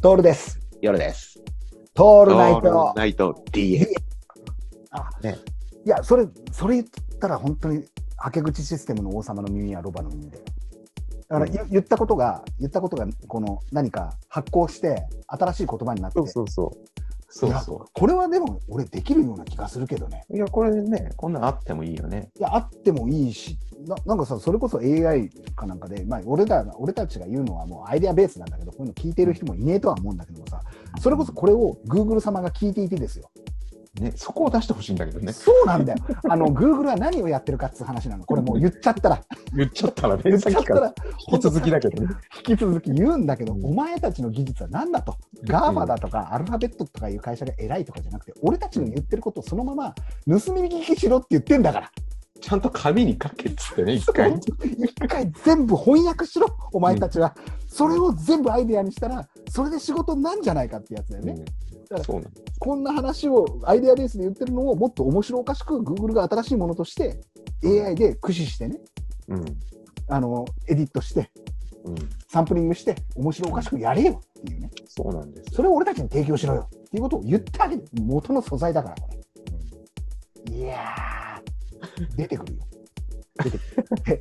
トールです。夜です。トオールナイト。ナイト DX。あねいや、それ、それ言ったら本当に、はけ口システムの王様の耳はロバの耳で。だから、うんゆ言ったことが、言ったことが、この何か発行して、新しい言葉になって、そうそうそう。そうそこれはでも俺できるような気がするけどね。う。いや、これね、こんなんあってもいいよね。いや、あってもいいし、ななんかさ、それこそ AI かなんかで、まあ、俺らが俺たちが言うのはもうアイデアベースなんだけど、こういうの聞いてる人もいねえとは思うんだけどもさ、それこそこれを Google 様が聞いていてですよ。ね、そこを出してほしいんだけどね。そうなんだよ。あの、グーグルは何をやってるかっつう話なの。これもう言っちゃったら、言っちゃったら言ね、っさちっゃっきたからら、引き続きだけどね。引き続き言うんだけど、うんお前たちの技術は何だと。ガーファだとか、アルファベットとかいう会社が偉いとかじゃなくて、俺たちの言ってることをそのまま盗み聞きしろって言ってんだから。ちゃんと紙に書けっつってね、一回。一回全部翻訳しろ、お前たちは。それを全部アイデアにしたら、それで仕事なんじゃないかってやつだよね。うんそうなこんな話をアイデアベースで言ってるのをもっと面白おかしく、グーグルが新しいものとして、AI で駆使してね、の。あの、エディットして、うん。うん。サンプリングして、面白おかしくやれよっていうね、そうなんですよ。それを俺たちに提供しろよっていうことを言ってあげる、元の素材だから、これ。いやー、出てくる よ。出てくる。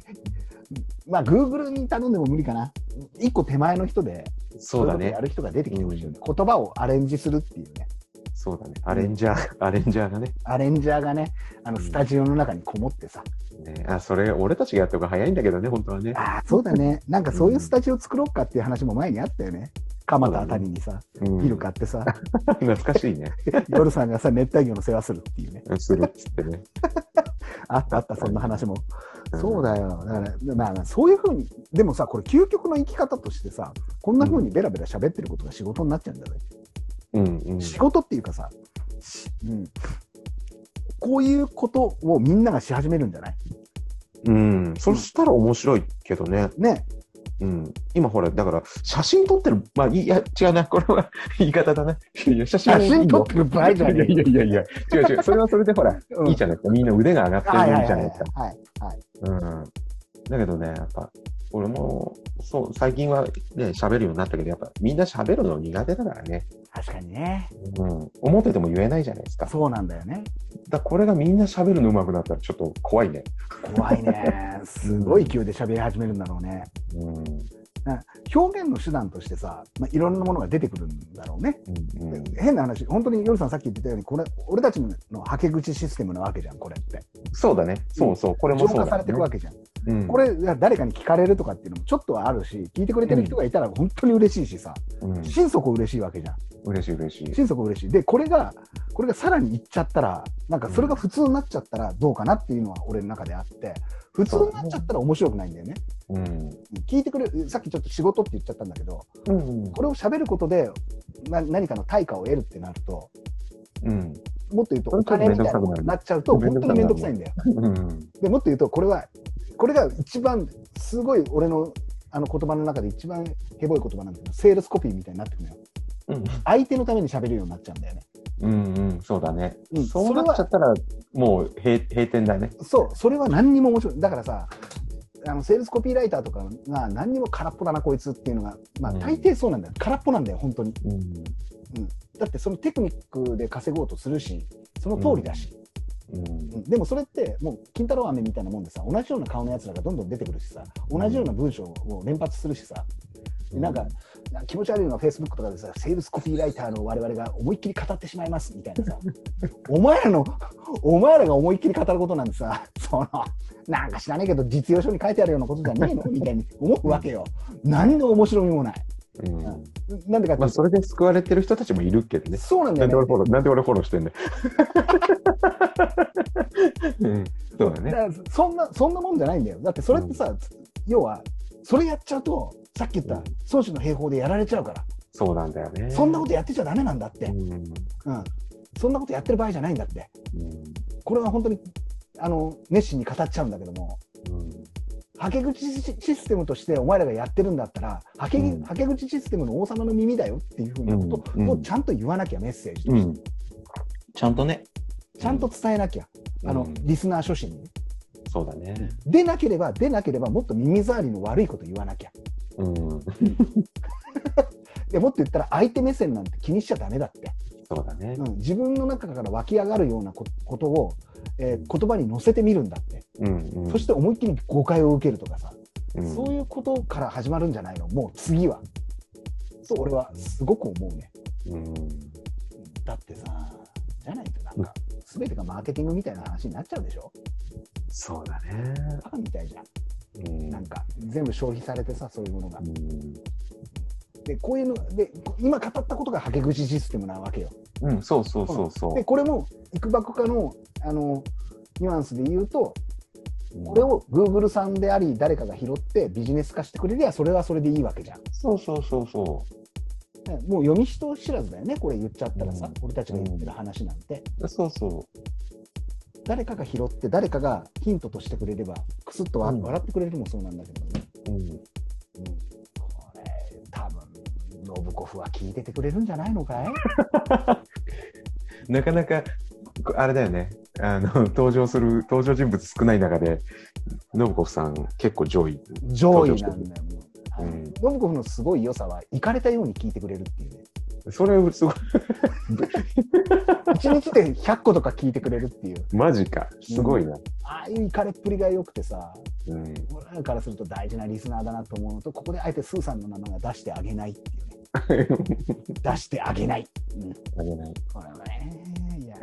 まあ、Google に頼んでも無理かな。一個手前の人で、そうだいことねや。る人が出てきてほしいよね。言葉をアレンジするっていうね。そうだね。アレンジャー、アレンジャーがね。アレンジャーがね、あのうんスタジオの中にこもってさ、ねあ、それ、俺たちがやった方が早いんだけどね、本当はね。ああ、そうだね、なんかそういうスタジオ作ろうかっていう話も前にあったよね。蒲田あたりにさ、うんビル買ってさ、 懐かしいね。夜さんがさ、熱帯魚の世話するっていうね。するっつってね。あったあった、そんな話も。うんそうだよ。だから、まあまあ、そういうふうに、でもさ、これ、究極の生き方としてさ、こんなふうにベラベラ喋ってることが仕事になっちゃうんだよね。うんうん。仕事っていうかさ、うん、こういうことをみんながし始めるんじゃないうん。そしたら面白いけどね。ね。うん、今ほら、だから、写真撮ってる、まあ、いいや、違うな、これは 言い方だな。いや、写真写真撮ってる場合じゃねえいやよいやいやいや、違う違う、それはそれでほら、うんいいじゃないですか、みんな腕が上がってるじゃないですか。はいはい。うん。だけどね、やっぱ、俺も、そう、最近はね、喋るようになったけど、やっぱ、みんな喋るの苦手だからね、確かにね。うん、表でも言えないじゃないですか。だかそうなんだよね。らこれがみんな喋るの上手くなったら、ちょっと怖いね。怖いね。すごい勢いで喋り始めるんだろうね。うん。うん表現の手段としてさ、まあ、いろんなものが出てくるんだろうね。うん変な話、本当に夜さんさっき言ってたように、これ、俺たちのはけ口システムなわけじゃん、これって。そうだね。そうそう。これも浄そう化だ、ね。されていくわけじゃん。うん、これ、誰かに聞かれるとかっていうのもちょっとはあるし、聞いてくれてる人がいたら本当に嬉しいしさ、うん、心底嬉しいわけじゃん。嬉しい嬉しい。心底嬉しい。で、これが、これがさらにいっちゃったら、なんかそれが普通になっちゃったらどうかなっていうのは俺の中であって、普通になっちゃったら面白くないんだよね。うん。聞いてくれる、さっきちょっと仕事って言っちゃったんだけど、うんこれを喋ることで、な何かの対価を得るってなると、うん。もっと言うとお金みたいなことになっちゃうと本当に面倒くさいんだよ。うん。でもっと言うとこれはこれが一番すごい俺のあの言葉の中で一番ヘボい言葉なんだけどセールスコピーみたいになってくるのよ。うん。相手のために喋るようになっちゃうんだよね。うん。うん。そうだね。うんそうそれなっちゃはったら、もう閉閉店だね。そうそれは何にも面白いだからさあのセールスコピーライターとかが何にも空っぽだなこいつっていうのが、まあ、うん大抵そうなんだよ、空っぽなんだよ本当にうん。だってそのテクニックで稼ごうとするしその通りだし、うんうん。でもそれってもう金太郎飴みたいなもんでさ同じような顔のやつらがどんどん出てくるしさ同じような文章を連発するしさ、でなんかなんか気持ち悪いのはフェイスブックとかでさセールスコピーライターの我々が思いっきり語ってしまいますみたいな さお前らのお前らが思いっきり語ることなんてさそのなんか知らねえけど実用書に書いてあるようなことじゃねえのみたいに思うわけよ何の面白みもないうん。なんでかっていまあ、うとそれで救われてる人たちもいるけどね。そうなんだなんでよ俺ねフォロー、なんで俺フォローしてんね うん。そうだだね。からそんなそんなもんじゃないんだよだってそれってさ、要はそれやっちゃうとさっき言った孫子の兵法でやられちゃうから、そうなんだよね。そんなことやってちゃダメなんだって、うん。うん。うん、そんなことやってる場合じゃないんだってこれは本当にあの熱心に語っちゃうんだけども、うん。はけ口シシステムとしてお前らがやってるんだったら、はけ,、うんはけ口システムの王様の耳だよっていうふうなことうんうんをちゃんと言わなきゃ、メッセージとうして、ん。ちゃんとね。ちゃんと伝えなきゃ、あのうんリスナー諸氏にね。そうだね。でなければ、でなければ、もっと耳障りの悪いこと言わなきゃ。うん。でもっと言ったら相手目線なんて気にしちゃダメだって、そうだねう。ん、自分の中から湧き上がるようなこことを、えー言葉に乗せてみるんだって、うんうん。そして思いっきり誤解を受けるとかさ、うんそういうことから始まるんじゃないのもう次はそう俺はすごく思うねうんだってさじゃないとなんか全てがマーケティングみたいな話になっちゃうでしょそうだね。バカみたいじゃんうんなんか全部消費されてさそういうものがうんでこういうのでこ今語ったことがはけ口システムなわけようん、そうそうそうそでこれもいくばくかのあのニュアンスで言うとう。これを Google さんであり誰かが拾ってビジネス化してくれりゃそれはそれでいいわけじゃんそうそうそうそねもう読み人知らずだよねこれ言っちゃったらさ、うん俺たちが言ってる話なんて、う。そうそ誰かが拾って誰かがヒントとしてくれればクスッとわうん笑ってくれるもそうなんだけどね、う。うん。うんこれ多分信子フは聞いててくれるんじゃないのかいなかなか、こあれだよね。あの、登場する、登場人物少ない中で、信子さん結構上位。上位なんだよもうあのうん信子フのすごい良さは行かれたように聞いてくれるっていうねそれ、すごい、一日で100個とか聞いてくれるっていうマジか。すごいな。ああいう行かれっぷりが良くてさうん。俺らからすると大事なリスナーだなと思うのとここであえてスーさんの名前が出してあげないっていうね出してあげないあげない。これはねいや